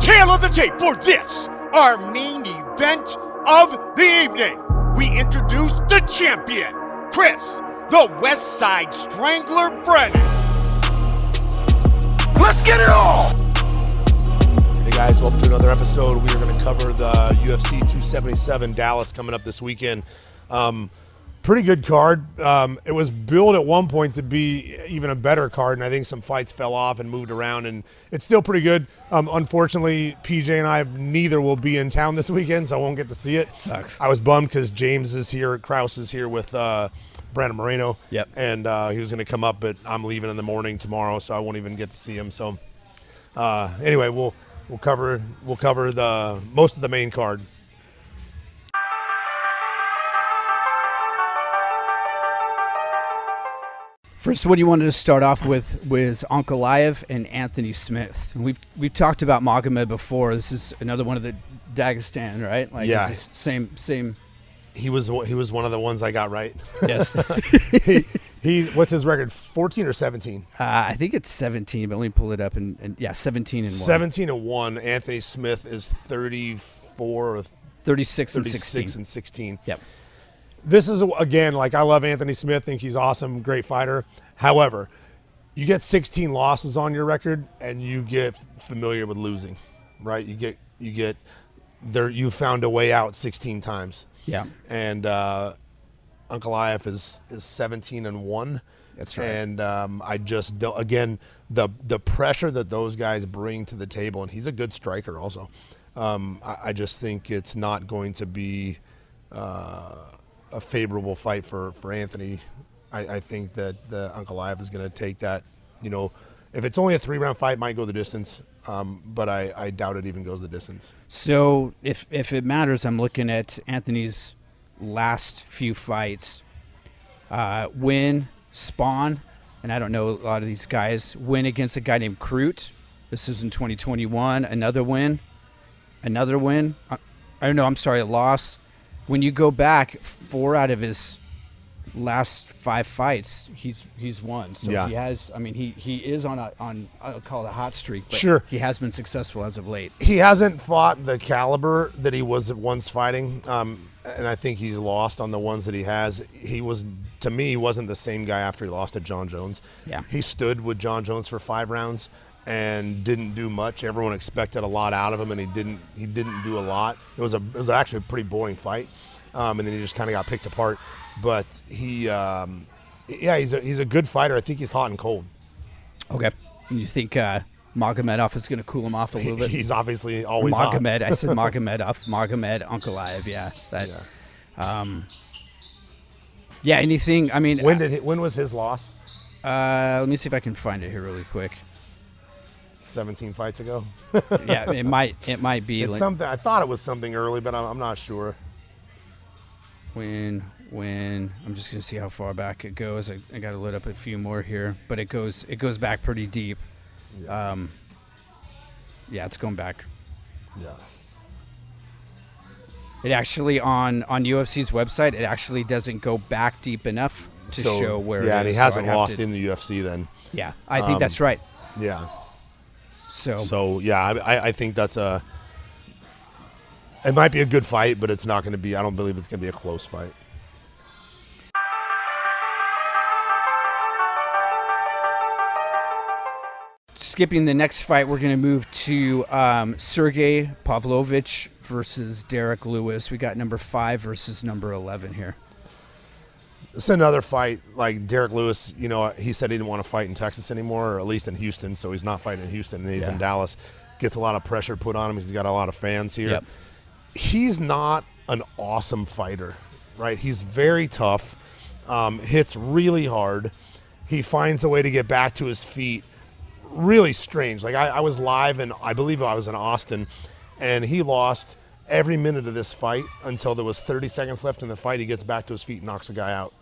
tail of the tape for this, our main event of the evening. We introduce the champion, Chris, the West Side Strangler Brennan. Let's get it all! Hey guys, welcome to another episode. We are going to cover the UFC 277 Dallas coming up this weekend. Um, pretty good card. Um, it was billed at one point to be even a better card, and I think some fights fell off and moved around, and it's still pretty good. Um, unfortunately, PJ and I neither will be in town this weekend, so I won't get to see it. sucks. I was bummed because James is here, Kraus is here with uh, Brandon Moreno. Yep. And uh, he was going to come up, but I'm leaving in the morning tomorrow, so I won't even get to see him. So uh, anyway, we'll we'll cover we'll cover the most of the main card. First one you wanted to start off with was Ankalaev and Anthony Smith. And we've we've talked about Magomed before. This is another one of the Dagestan, right? Like Yeah. it's just same same. He was he was one of the ones I got right. Yes, uh, he, he what's his record? 14 or 17? I think it's seventeen, but let me pull it up and, and yeah, seventeen and one. 17 and 1. Anthony Smith is 34 or 36 and 36 sixteen. and 16. yep. this is again like I love Anthony Smith, think he's awesome, great fighter. However, you get 16 losses on your record and you get familiar with losing, right? You get you get there you found a way out 16 times. Yeah. And uh, Uncle Iaf is is 17 and one. That's right. And um, I just don't, again the the pressure that those guys bring to the table, and he's a good striker also. Um, I, I just think it's not going to be uh, a favorable fight for for Anthony. I, I think that the Uncle Ive is going to take that. You know, if it's only a three round fight, it might go the distance. Um, but I, I doubt it even goes the distance. So if if it matters, I'm looking at Anthony's last few fights. Uh, win Spawn, and I don't know a lot of these guys. Win against a guy named Crute. This is in 2021. Another win, another win. I, I don't know. I'm sorry, a loss. When you go back, four out of his last five fights, he's he's won. So Yeah. he has. I mean, he he is on a on I'll call it a hot streak. But Sure. he has been successful as of late. he hasn't fought the caliber that he was once fighting, um, and I think he's lost on the ones that he has. He was, to me, he wasn't the same guy after he lost to John Jones. Yeah. he stood with John Jones for five rounds and didn't do much. Everyone expected a lot out of him, and he didn't. He didn't do a lot. It was a, it was actually a pretty boring fight, um, and then he just kind of got picked apart. But he, um, yeah, he's a, he's a good fighter. I think he's hot and cold. Okay. And you think uh, Magomedov is going to cool him off a little bit? He's obviously always hot. Magomed. I said Magomedov. Magomed Ankalaev. Yeah. That, yeah. Um, yeah. Anything? I mean, When did he, when was his loss? uh, let me see if I can find it here really quick. 17 fights ago. Yeah, it might. It might be It's like something. I thought it was something early, but I'm, I'm not sure. when when I'm just going to see how far back it goes. I, I got to load up a few more here, but it goes it goes back pretty deep. Um, yeah, it's going back Yeah. It actually on on UFC's website, it actually doesn't go back deep enough to show where. Yeah, it and he is, so hasn't I'd have lost to- in the UFC then. Yeah, I think that's right. Yeah. So, So yeah, I, I- I think that's a. It might be a good fight, but it's not going to be. I don't believe it's going to be a close fight. skipping the next fight, we're going to move to um, Sergey Pavlovich versus Derek Lewis. We got number five versus number eleven here. It's another fight. Like Derek Lewis, you know, he said he didn't want to fight in Texas anymore, or at least in Houston. So he's not fighting in Houston, and he's in Yeah. Dallas. Gets a lot of pressure put on him. He's got a lot of fans here. Yep. he's not an awesome fighter, right? He's very tough, um, hits really hard. He finds a way to get back to his feet. Really strange. Like I, I was live, and I believe I was in Austin, and he lost every minute of this fight until there was 30 seconds left in the fight. He gets back to his feet and knocks a guy out.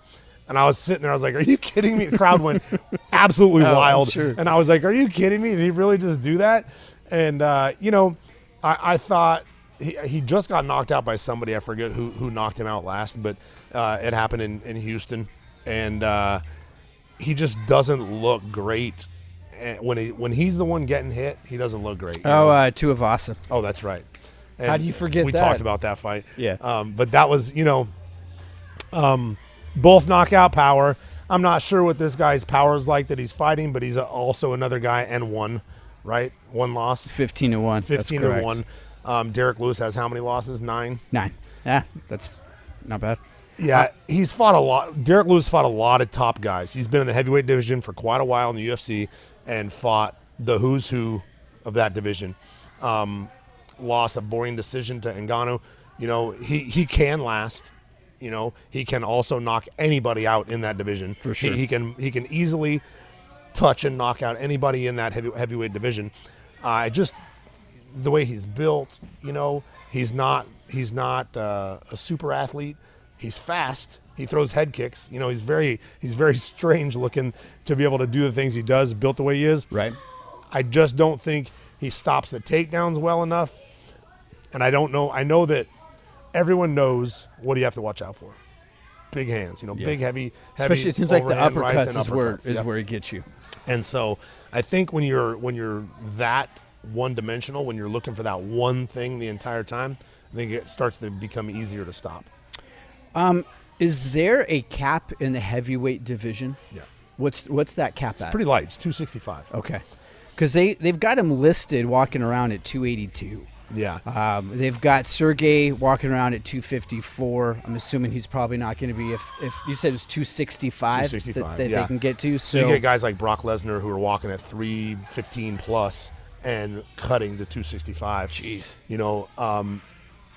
And I was sitting there. I was like, "Are you kidding me?" The crowd went absolutely Oh, I'm wild. sure. And I was like, "Are you kidding me? Did he really just do that?" And uh, you know, I, I thought he, he just got knocked out by somebody. I forget who who knocked him out last, but uh, it happened in in Houston, and uh, he just doesn't look great. and when he when he's the one getting hit, he doesn't look great. you Oh, know? uh, Tuivasa. oh, that's right. How do you forget We that? talked about that fight. Yeah. Um, but that was you know, um, both knockout power. I'm not sure what this guy's power is like that he's fighting, but he's also another guy and one, right? One loss, Fifteen to one. That's fifteen to correct. one. Um, Derek Lewis has how many losses? Nine. Nine. Yeah, that's not bad. Yeah, he's fought a lot. Derek Lewis fought a lot of top guys. He's been in the heavyweight division for quite a while in the UFC and fought the who's who of that division. Um, lost a boring decision to Ngannou. You know, he, he can last. You know, he can also knock anybody out in that division. For sure. He, he can he can easily touch and knock out anybody in that heavy, heavyweight division. I just the way he's built, you know, he's not he's not uh, a super athlete. He's fast. He throws head kicks. You know, he's very he's very strange looking to be able to do the things he does, built the way he is. Right. I just don't think he stops the takedowns well enough. And I don't know. I know that everyone knows what do you have to watch out for. Big hands, you know, big heavy, heavy. Especially it seems like the overhand rights uppercuts and is where uppercuts. is Yeah. where he gets you. And so I think when you're when you're that one dimensional, when you're looking for that one thing the entire time, I think it starts to become easier to stop. Is there a cap in the heavyweight division? Yeah. What's what's that cap at? Pretty light. It's 265. Okay. Because they they've got him listed walking around at 282. Yeah. Um, they've got Sergey walking around at 254. I'm assuming he's probably not going to be if if you said it's 265 265, that, that yeah. they can get to. so you So get guys like Brock Lesnar who are walking at 315 plus and cutting to 265. Jeez. You know, um,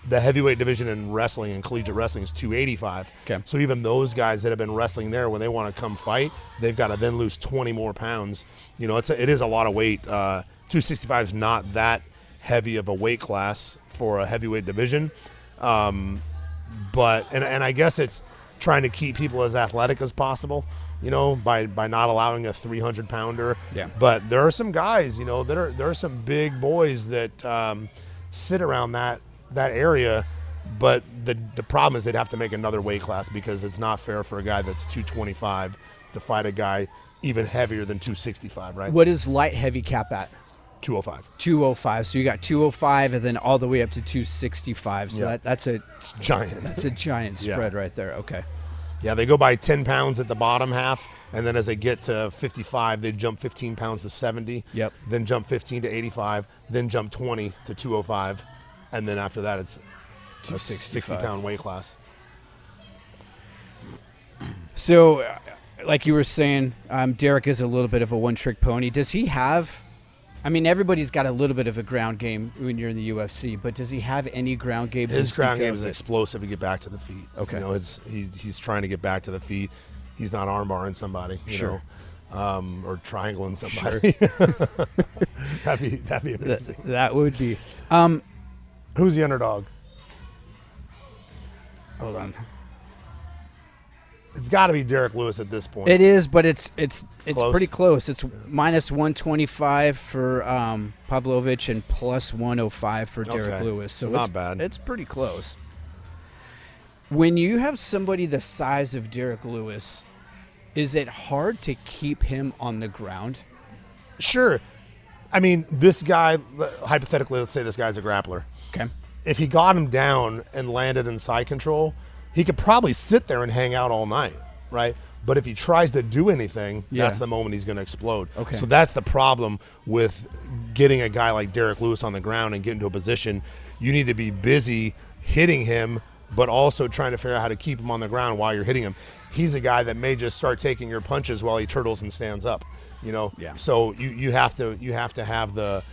the heavyweight division in wrestling and collegiate wrestling is 285. Okay. So even those guys that have been wrestling there, when they want to come fight, they've got to then lose 20 more pounds. You know, it's a, it is a lot of weight. Uh, 265 is not that heavy of a weight class for a heavyweight division. Um, but and and I guess it's trying to keep people as athletic as possible, you know, by by not allowing a 300 pounder. Yeah. But there are some guys, you know, that are there are some big boys that um, sit around that that area. But the the problem is they'd have to make another weight class because it's not fair for a guy that's 225 to fight a guy even heavier than 265, right? what is light heavy cap at? 205. 205. So you got 205 and then all the way up to 265. So Yeah. that, that's a It's giant. it's a giant Yeah. spread right there. Okay. Yeah, they go by 10 pounds at the bottom half, and then as they get to 55, they jump 15 pounds to 70. Yep. Then jump 15 to 85, then jump 20 to 205, and then after that, it's a 60 pound weight class. So, uh, like you were saying, um, Derek is a little bit of a one-trick pony. Does he have? I mean, everybody's got a little bit of a ground game when you're in the UFC, but does he have any ground game? to His speak ground game of? is explosive to get back to the feet. Okay. You know, it's, he's, he's trying to get back to the feet. He's not arm barring somebody, you Sure. know, um, or triangling somebody. that'd, be, that'd be amazing. Th- that would be. Who's the underdog? Hold on. It's got to be Derek Lewis at this point. It is, but it's it's it's Close. pretty close. It's minus 125 for um, Pavlovich and plus 105 for Derek Okay. Lewis. So So not it's, bad. It's pretty close. When you have somebody the size of Derek Lewis, is it hard to keep him on the ground? Sure. I mean, this guy, hypothetically, let's say this guy's a grappler. Okay. If he got him down and landed in side control, he could probably sit there and hang out all night, right? But if he tries to do anything, that's Yeah. the moment he's going to explode. Okay. So that's the problem with getting a guy like Derek Lewis on the ground and getting to a position. You need to be busy hitting him, but also trying to figure out how to keep him on the ground while you're hitting him. He's a guy that may just start taking your punches while he turtles and stands up. You know, Yeah. so you you have to you have to have the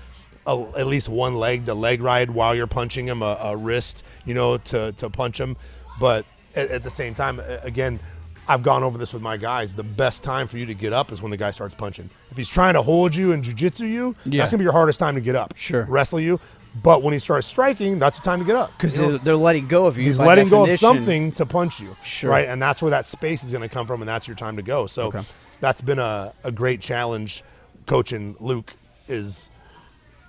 a, at least one leg to leg ride while you're punching him, a, a wrist, you know, to to punch him. But at, at the same time, a- again, I've gone over this with my guys. The best time for you to get up is when the guy starts punching. If he's trying to hold you and jujitsu you, Yeah. that's gonna be your hardest time to get up. Sure. wrestle you. But when he starts striking, that's the time to get up Because You know? they're, they're letting go of you. He's by letting go of definition. something to punch you. Sure. Right. And that's where that space is going to come from, and that's your time to go. So that's been a, a great challenge coaching Luke is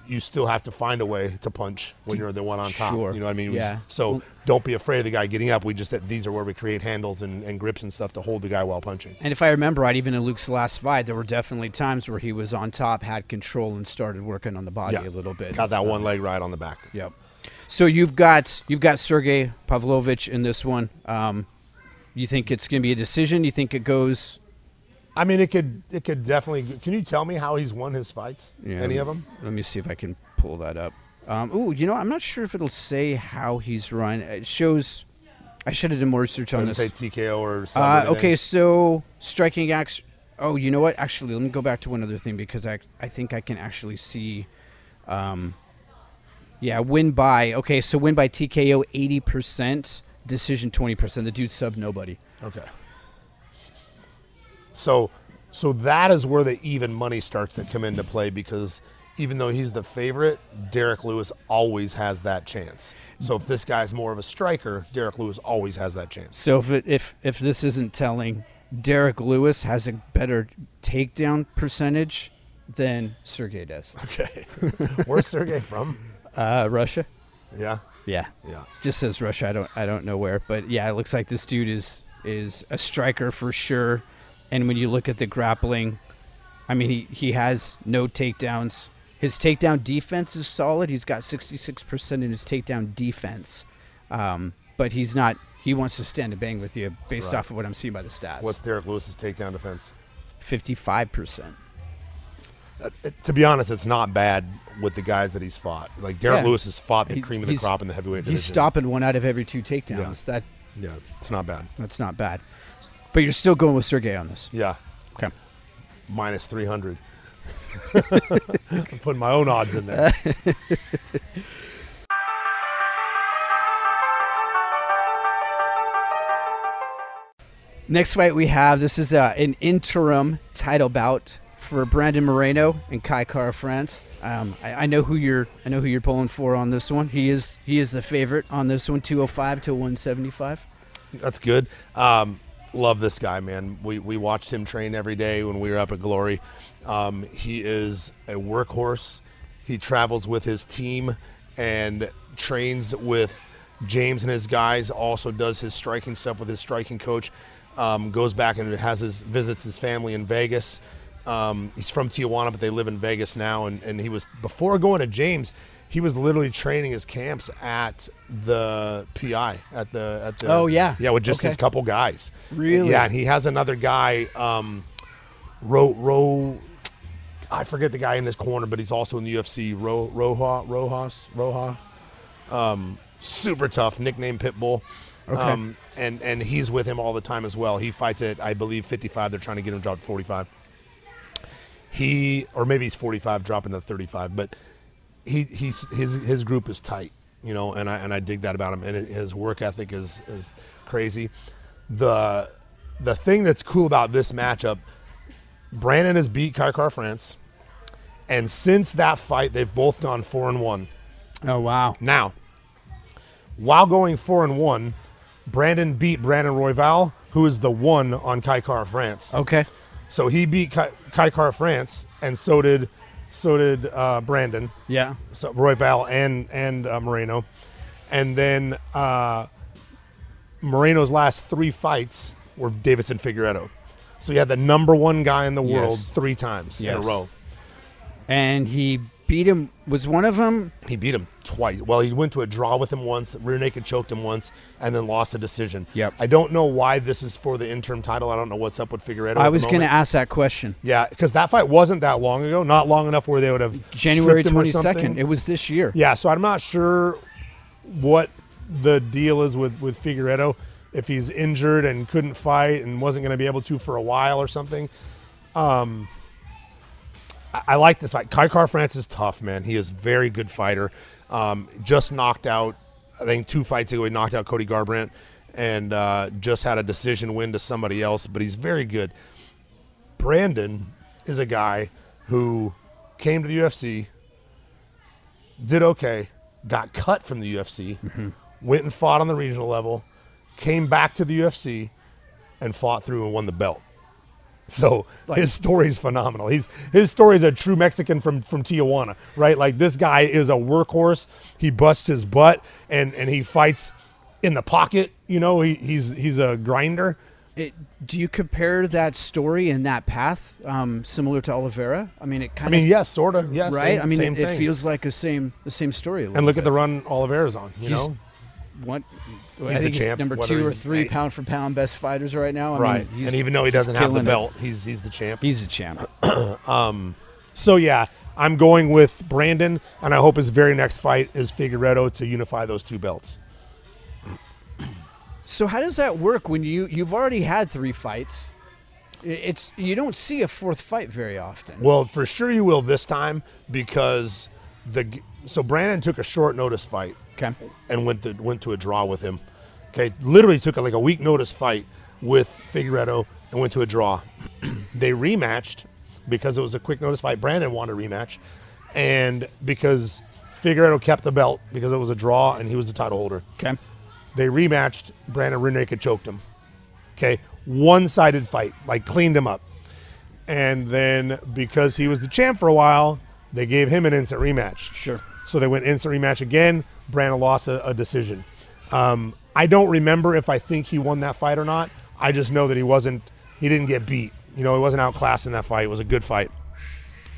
you still have to find a way to punch when you're the one on top. Sure. You know what I mean? We- Yeah. So Well- don't be afraid of the guy getting up. We just that these are where we create handles and, and grips and stuff to hold the guy while punching. And if I remember right, even in Luke's last fight, there were definitely times where he was on top, had control, and started working on the body a little bit. Got that one leg right on the back. Yep. So you've got you've got Sergey Pavlovich in this one. Um, you think it's going to be a decision? You think it goes? I mean, it could it could definitely. Can you tell me how he's won his fights? Yeah, Any let of me- them? Let me see if I can pull that up. Um, ooh, you know, I'm not sure if it'll say how he's run. It shows. I should have done more research on Didn't this. say TKO or Uh, something. okay, so striking acts. Oh, you know what? Actually, let me go back to one other thing because I I think I can actually see. Um, yeah, win by okay, so win by TKO eighty percent, decision twenty percent. The dude sub nobody. Okay. So, so that is where the even money starts to come into play because even though he's the favorite, Derek Lewis always has that chance. So if this guy's more of a striker, Derek Lewis always has that chance. So if it, if if this isn't telling, Derek Lewis has a better takedown percentage than Sergey does. Okay. Where's Sergey from? Uh, Russia. Yeah. Yeah. Yeah. just says Russia. I don't I don't know where, but yeah, it looks like this dude is is a striker for sure. And when you look at the grappling, I mean he he has no takedowns. His takedown defense is solid. He's got 66% in his takedown defense. Um, but he's not he wants to stand and bang with you based Right. off of what I'm seeing by the stats. What's Derek Lewis's takedown defense? 55%? Uh, It- to be honest, it's not bad with the guys that he's fought. Like Derek Yeah. Lewis has fought the He- cream of the he's- crop in the heavyweight division. He's stopping one out of every two takedowns. That Yeah, it's not bad. that's not bad. But you're still going with Sergey on this. Yeah, Okay. minus 300. I'm putting my own odds in there. Next fight we have this is uh, an interim title bout for Brandon Moreno and Kai Car France. Um, I, I know who you're I know who you're pulling for on this one. He is he is the favorite on this one, 205 to 175. That's good. Um, love this guy, man. We, we watched him train every day when we were up at Glory. Um, he is a workhorse. He travels with his team and trains with James and his guys. Also does his striking stuff with his striking coach. Um, goes back and has his visits his family in Vegas. Um, he's from Tijuana, but they live in Vegas now. And, and he was before going to James. He was literally training his camps at the PI at the at the Oh, yeah. yeah with just Okay. his couple guys Really? yeah and he has another guy um, Ro Ro I forget the guy in this corner but he's also in the UFC Ro Roja Rojas Roja um, super tough nickname Pitbull Okay. um, and and he's with him all the time as well he fights at I believe 55 they're trying to get him dropped to 45 he or maybe he's 45 dropping to 35 but he he's his his group is tight you know and i and i dig that about him and his work ethic is is crazy the the thing that's cool about this matchup brandon has beat kai car france and since that fight they've both gone four and one Oh wow. now, while going four and one, Brandon beat Brandon Royval, who is the one on Kai Car France. Okay. So he beat Kai, Kai Car France, and so did so did uh, Brandon, Yeah. so Royval and and uh, Moreno, and then uh, Moreno's last three fights were Davidson Figueredo. So he had the number one guy in the world Yes. three times in Yes. a row. And he beat him was one of them. He beat him twice. Well, he went to a draw with him once, rear naked choked him once, and then lost a decision. Yep. I don't know why this is for the interim title. I don't know what's up with Figueredo. I was going to to. ask that question. Yeah, because that fight wasn't that long ago. Not long enough where they would have January stripped him or 22nd. something. It was this year. Yeah, so I'm not sure what the deal is with with Figueredo. If he's injured and couldn't fight and wasn't going to be able to for a while or something. Um, I, I like this fight. Kai Car France is tough, man. He is a very good fighter. Um, just knocked out, I think two fights ago, he knocked out Cody Garbrandt and uh, just had a decision win to somebody else, but he's very good. Brandon is a guy who came to the UFC, did okay, got cut from the UFC, Mm-hmm. went and fought on the regional level, came back to the UFC, and fought through and won the belt. So his story's phenomenal. He's his story is a true Mexican from from Tijuana, right? Like this guy is a workhorse. He busts his butt and and he fights in the pocket. You know, he, he's he's a grinder. It, do you compare that story and that path um, similar to Oliveira? I mean, it I kind mean, of yes, sort of. Yes, right. same- I mean, same it, it thing. feels like the same the same story. A little And look bit. at the run Oliveira's on. You know, what He's I the think he's champ, number whether two he's or the three eight. pound for pound best fighters right now. I right? mean, he's, and even though he he's doesn't have the killing it. belt, he's he's the champ. he's a champ. So yeah, I'm going with Brandon, and I hope his very next fight is Figueredo to unify those two belts. So how does that work when you you've already had three fights? I- It's you don't see a fourth fight very often. Well, for sure you will this time because the g- so Brandon took a short notice fight Okay. and went to, went to a draw with him. Okay, literally took a, like a week notice fight with Figueredo and went to a draw. they rematched because it was a quick notice fight. Brandon wanted a rematch, and because Figueredo kept the belt because it was a draw and he was the title holder. Okay. They rematched. Brandon rear naked choked him. Okay, one-sided fight, like cleaned him up. And then because he was the champ for a while, they gave him an instant rematch. Sure. So they went instant rematch again. Brandon lost a, a decision. Um, I don't remember if I think he won that fight or not. I just know that he wasn't. He didn't get beat. You know, he wasn't outclassed in that fight. It was a good fight.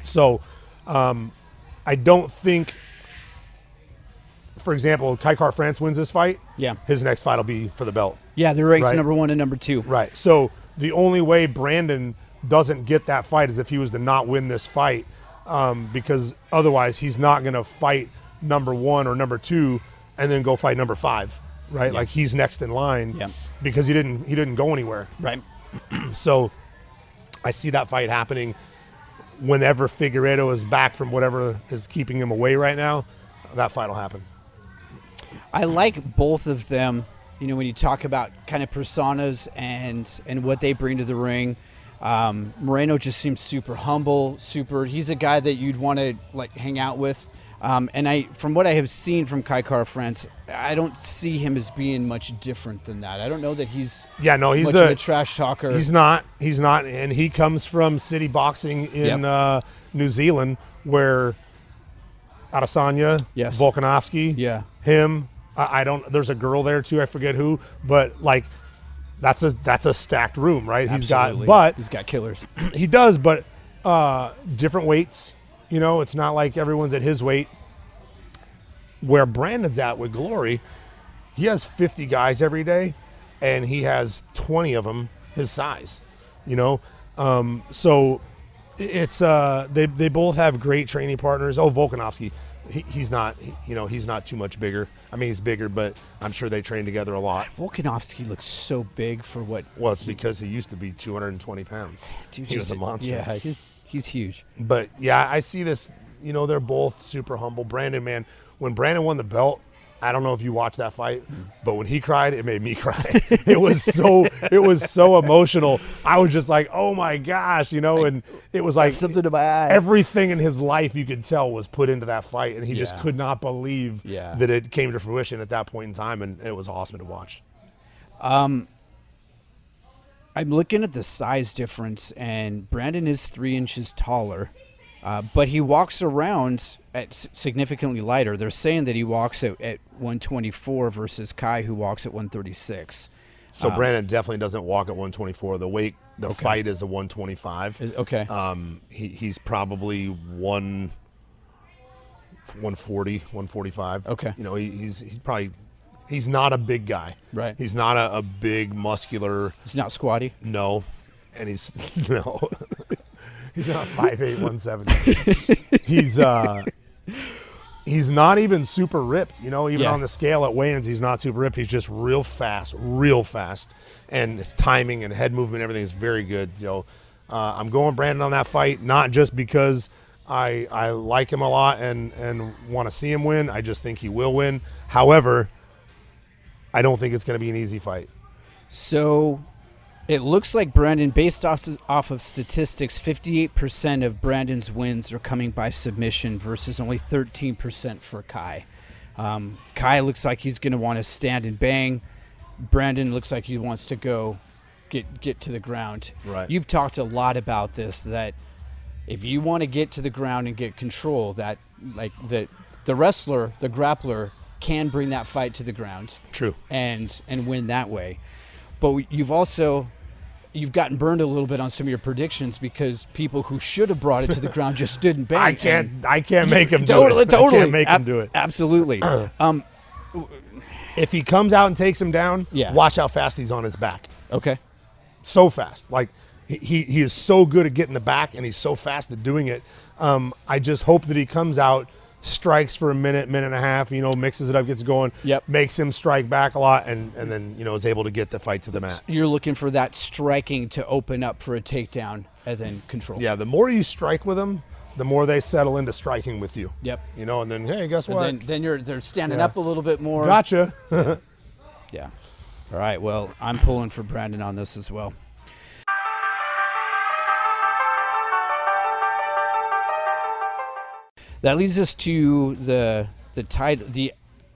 So um, I don't think, for example, Kaikar France wins this fight. Yeah. His next fight will be for the belt. Yeah, they're ranked Right. number one and number two. Right. So the only way Brandon doesn't get that fight is if he was to not win this fight, um, because otherwise he's not going to fight number one or number two and then go fight number five. Right. Like he's next in line. Yeah. Because he didn't he didn't go anywhere. Right. So I see that fight happening whenever Figueredo is back from whatever is keeping him away right now. That fight will happen. I like both of them. You know, when you talk about kind of personas and and what they bring to the ring, um, Moreno just seems super humble, super. He's a guy that you'd want to like hang out with. Um, and I, from what I have seen from Kaikar France, I don't see him as being much different than that. I don't know that he's Yeah, no, he's much a- of a trash talker. He's not. He's not. And he comes from city boxing in Yep. uh, New Zealand, where Adesanya, Yes. Volkanovski, Yeah. him. I, I don't. There's a girl there too. I forget who, but like, that's a that's a stacked room, right? Absolutely. He's got, he's got killers. but he does, but uh, different weights. You know, it's not like everyone's at his weight. Where Brandon's at with Glory, he has 50 guys every day and he has 20 of them his size you know um, so i- it's uh they, they both have great training partners oh volkanovski he, he's not he- you know he's not too much bigger i mean he's bigger but i'm sure they train together a lot Volkanovski looks so big for what well it's because he used to be 220 pounds dude, he he's was a monster Yeah, he's he's huge. but yeah, I see this. You know, they're both super humble. Brandon, man, when Brandon won the belt, I don't know if you watched that fight, but when he cried, it made me cry. it was so it was so emotional. I was just like, oh my gosh, you know, and it was like Something to my eye. everything in his life you could tell was put into that fight, and he just Yeah. could not believe Yeah. that it came to fruition at that point in time, and it was awesome to watch. I'm looking at the size difference, and Brandon is three inches taller, uh, but he walks around at s- significantly lighter. They're saying that he walks at, at 124 versus Kai, who walks at 136. So Brandon definitely doesn't walk at 124. The weight, the fight is a 125. Is- Okay. Um, he, he's probably one, 140, 145. Okay. You know, he, he's he's probably he's not a big guy. Right. He's not a, a big muscular He's not squatty. no, and he's no. he's not five eight one seventy. he's uh. He's not even super ripped, you know. Even Yeah. on the scale at weigh-ins, he's not super ripped. He's just real fast, real fast, and his timing and head movement, everything is very good. So uh, I'm going Brandon on that fight, not just because I I like him a lot and and want to see him win. I just think he will win. However, I don't think it's going to be an easy fight. So it looks like Brandon, based off, off of statistics, 58% of Brandon's wins are coming by submission versus only 13% for Kai. Um, Kai looks like he's going to want to stand and bang. Brandon looks like he wants to go get get to the ground. Right. You've talked a lot about this that if you want to get to the ground and get control, that like the the wrestler, the grappler can bring that fight to the ground. True. And and win that way. But you've also you've gotten burned a little bit on some of your predictions because people who should have brought it to the ground just didn't bang. I can't. I can't make him do Totally, it. totally. I can't make Ab- him do it. Absolutely. um, If he comes out and takes him down, Yeah. watch how fast he's on his back. okay. so fast. Like he- he, he is so good at getting the back, and he's so fast at doing it. Um, I just hope that he comes out, strikes for a minute, minute and a half. You know, mixes it up, gets going. Yep. Makes him strike back a lot, and and then you know is able to get the fight to the mat. You're looking for that striking to open up for a takedown and then control. Yeah, the more you strike with them, the more they settle into striking with you. Yep. You know, and then hey, guess And what? then, then you're they're standing Yeah. up a little bit more. gotcha. Yeah. All right. Well, I'm pulling for Brandon on this as well. That leads us to the the title, the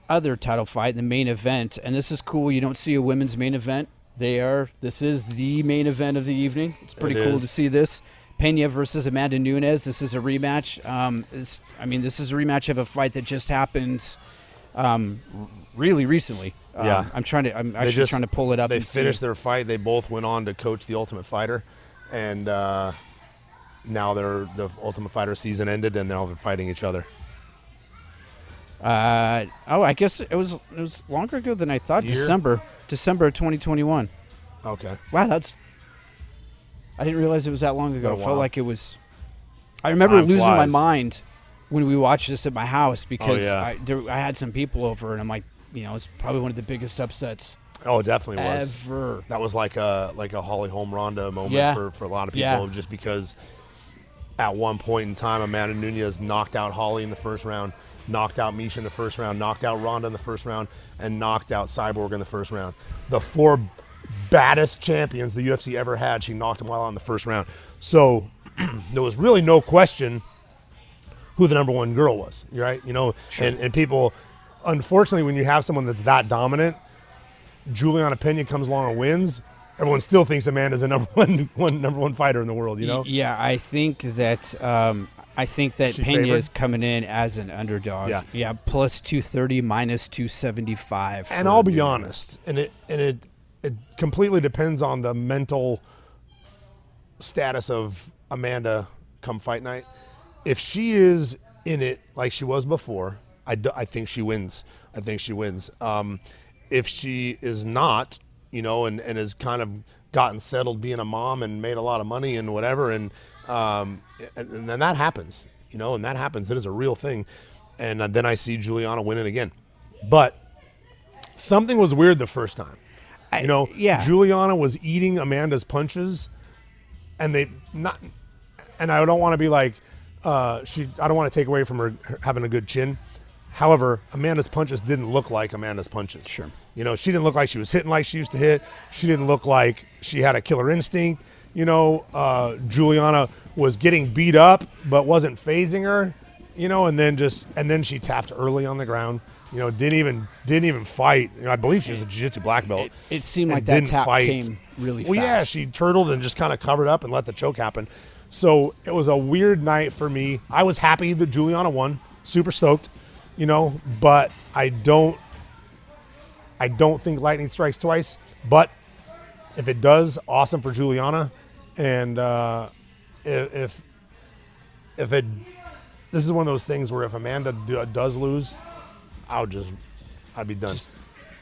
other title fight, the main event, and this is cool. You don't see a women's main event. They are. This is the main event of the evening. It's pretty It cool is. to see this. Pena versus Amanda Nunes. This is a rematch. Um, this, I mean, this is a rematch of a fight that just happened um, really recently. Um, Yeah. I'm trying to. I'm actually trying to pull it up. They and see. finished their fight. They both went on to coach the Ultimate Fighter, and uh, now they're the Ultimate Fighter season ended, and now they're fighting each other. Uh, oh, I guess it was it was longer ago than I thought. Year? December, December of 2021. Okay. Wow, that's. I didn't realize it was that long Been ago. a It felt while. like it was. I remember Oh, Time losing my flies. Oh, mind when we watched this at my house because yeah. I, there, I had some people over and I'm like, you know, it's probably one of the biggest upsets Oh, it definitely was. ever. That was like a like a Holly Holm Ronda moment Yeah. for, for a lot of people, Yeah. just because at one point in time, Amanda Nunez knocked out Holly in the first round, knocked out Misha in the first round, knocked out Ronda in the first round, and knocked out Cyborg in the first round. The four baddest champions the UFC ever had, she knocked them all out in the first round. So there was really no question who the number one girl was, right? You know, and, and people, unfortunately, when you have someone that's that dominant, Juliana Pena comes along and wins. Everyone still thinks Amanda's the number one, one number one fighter in the world. You know, Yeah, I think that um, I think that She Pena favored? is coming in as an underdog. Yeah. yeah, plus 230, minus 275. and for I'll be Nunes. honest, and it and it it completely depends on the mental status of Amanda come fight night. If she is in it like she was before, I, do- I think she wins. I think she wins. Um, if she is not, you know, and and has kind of gotten settled being a mom and made a lot of money and whatever, and um, and, and then that happens, you know, and that happens. It is a real thing. And uh, then I see Juliana winning again, but something was weird the first time. You know, yeah. Juliana was eating Amanda's punches, and they not. And I don't want to be like, uh, she. I don't want to take away from her, her having a good chin. However, Amanda's punches didn't look like Amanda's punches. Sure. You know, she didn't look like she was hitting like she used to hit. She didn't look like she had a killer instinct. You know, uh, Juliana was getting beat up, but wasn't phasing her. You know, and then just and then she tapped early on the ground. You know, didn't even didn't even fight. You know, I believe she was a jiu-jitsu black belt. It- it seemed and like that didn't tap came really well, yeah, fast. she turtled and just kind of covered up and let the choke happen. So it was a weird night for me. I was happy that Juliana won, super stoked, you know, but I don't I don't think lightning strikes twice, but if it does, awesome for Juliana. And uh, i- if if it this is one of those things where if Amanda do, does lose, I'll just I'd be done.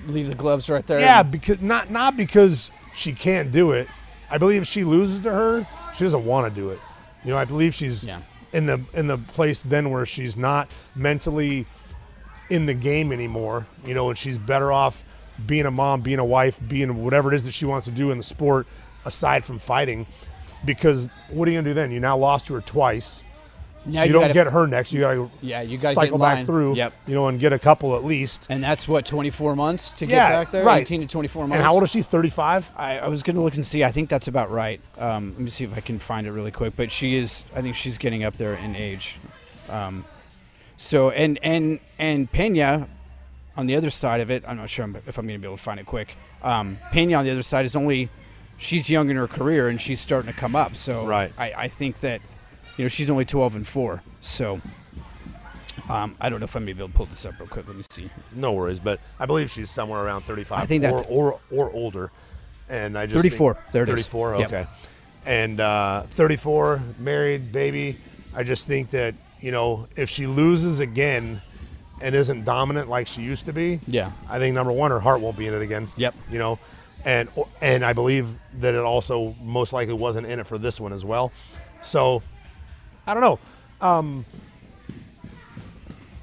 Leave the gloves right there. Yeah, because not not because she can't do it. I believe if she loses to her, she doesn't want to do it. You know, I believe she's Yeah. in the in the place then where she's not mentally in the game anymore. You know, and she's better off being a mom, being a wife, being whatever it is that she wants to do in the sport aside from fighting. Because what are you gonna do then? You now lost to her twice. so Now you, you don't gotta- get her next. You gotta Yeah, you gotta get cycle in back line. through. Yep. You know, and get a couple at least. And that's what 24 months to Yeah, get back there. right. 18 to 24 months. And how old is she? Thirty-five. I, I was gonna look and see. I think that's about right. Um, let me see if I can find it really quick. But she is. I think she's getting up there in age. Um, so and and and Pena, on the other side of it, I'm not sure I'm- if I'm gonna be able to find it quick. Um, Pena on the other side is only. she's young in her career and she's starting to come up. So Right. I, I think that you know she's only twelve and four. So um, I don't know if I'm gonna be able to pull this up real quick. Let me see. No worries, but I believe she's somewhere around 35 I think or, that's- or, or older. And I just think- 34. There it is. 34, Yep. okay. And uh, 34, married, baby. I just think that, you know, if she loses again and isn't dominant like she used to be, Yeah. I think number one, her heart won't be in it again. Yep. You know, and and I believe that it also most likely wasn't in it for this one as well. So I don't know. Um,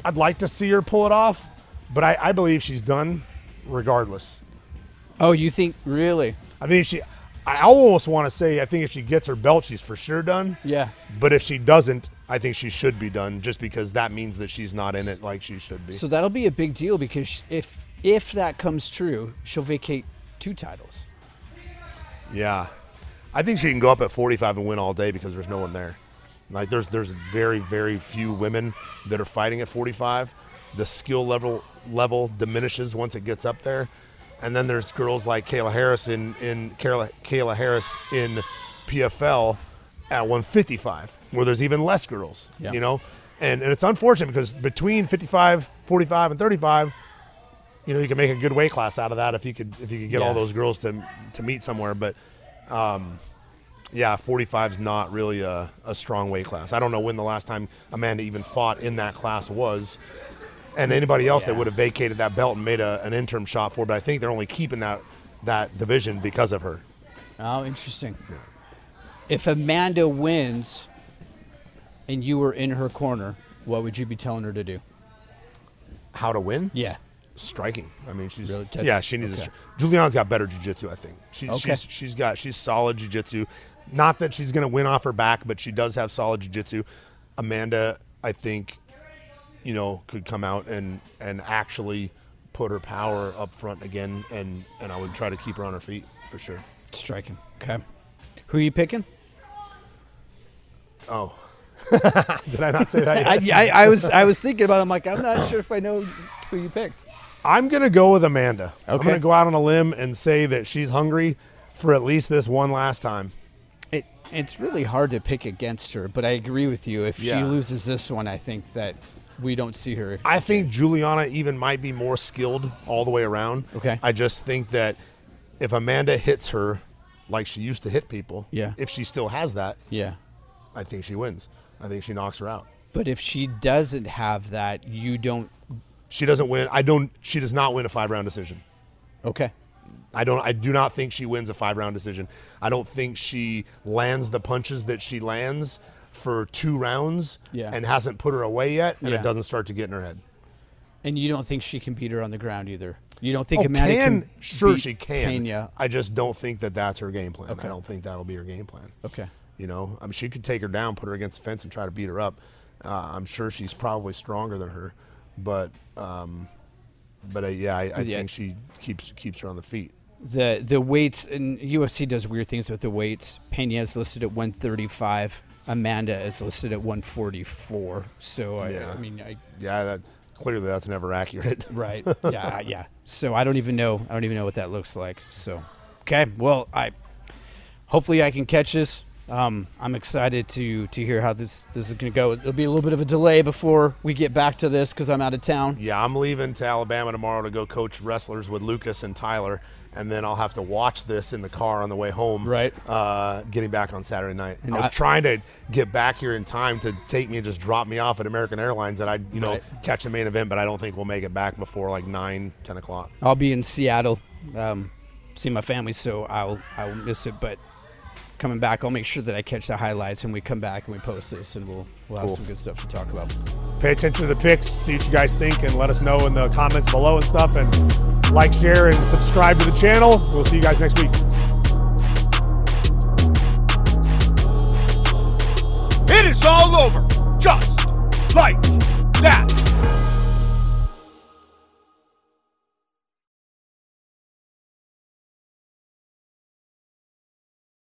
I'd like to see her pull it off, but I, I believe she's done regardless. Oh, you think really? I think she, I almost want to say, I think if she gets her belt, she's for sure done. Yeah. But if she doesn't, I think she should be done just because that means that she's not in it like she should be. So that'll be a big deal because sh- if if that comes true, she'll vacate two titles. Yeah, I think she can go up at 45 and win all day because there's no one there. Like there's there's very very few women that are fighting at 45. The skill level level diminishes once it gets up there, and then there's girls like Kayla Harris in in Kayla, Kayla Harris in PFL at 155, where there's even less girls. Yeah. You know. And, and it's unfortunate because between 55, 45, and 35, you know, you can make a good weight class out of that if you could if you could get all Yeah. those girls to to meet somewhere. But um, yeah, 45 is not really a, a strong weight class. I don't know when the last time Amanda even fought in that class was. And anybody else that would have vacated that belt and made a, an interim shot for, but I think they're only keeping that that division because of her. Oh, interesting. If Amanda wins and you were in her corner, what would you be telling her to do? How to win? Yeah. Striking. I mean, she's Really? That's- yeah, she needs. to okay. str- Juliana's got better jujitsu, I think. She's Okay. she's she's got she's solid jujitsu. Not that she's gonna win off her back, but she does have solid jujitsu. Amanda, I think, you know, could come out and and actually put her power up front again, and and I would try to keep her on her feet for sure. Striking. Okay. Who are you picking? Oh, did I not say that yet? I, I, I was I was thinking about. It. I'm like I'm not sure if I know who you picked. I'm gonna go with Amanda. I'm Okay. gonna go out on a limb and say that she's hungry for at least this one last time. It it's really hard to pick against her, but I agree with you. If Yeah. she loses this one, I think that we don't see her. I think Juliana even might be more skilled all the way around. Okay. I just think that if Amanda hits her like she used to hit people, Yeah. if she still has that, Yeah. I think she wins. I think she knocks her out. But if she doesn't have that, you don't. She doesn't win. I don't she does not win a 5-round decision. Okay. I don't I do not think she wins a 5-round decision. I don't think she lands the punches that she lands for 2 rounds Yeah. and hasn't put her away yet and Yeah. it doesn't start to get in her head. And you don't think she can beat her on the ground either. You don't think Oh, Amanda can, sure beat she can. Pena. I just don't think that that's her game plan. I Okay. don't think that'll be her game plan. Okay. You know, I mean, she could take her down, put her against the fence, and try to beat her up. Uh, I'm sure she's probably stronger than her, but um, but uh, yeah, I, I Yeah. think she keeps keeps her on the feet. The the weights and UFC does weird things with the weights. Pena is listed at 135. Amanda is listed at 144. So I, Yeah. I mean, I, Yeah, that, clearly that's never accurate. right? yeah, yeah. So I don't even know. I don't even know what that looks like. So okay. Well, I hopefully I can catch this. Um, I'm excited to to hear how this this is gonna go. It'll be a little bit of a delay before we get back to this because I'm out of town. Yeah, I'm leaving to Alabama tomorrow to go coach wrestlers with Lucas and Tyler, and then I'll have to watch this in the car on the way home. Right. Uh, getting back on Saturday night. I was I- trying to get back here in time to take me and just drop me off at American Airlines, and I, you know, Right. catch the main event, but I don't think we'll make it back before like nine, ten o'clock. I'll be in Seattle, um, see my family, so I'll I will miss it. But coming back, I'll make sure that I catch the highlights, and we come back and we post this, and we'll we'll have Cool. some good stuff to talk about. Pay attention to the picks, see what you guys think, and let us know in the comments below and stuff. And like, share, and subscribe to the channel. We'll see you guys next week. It is all over, just like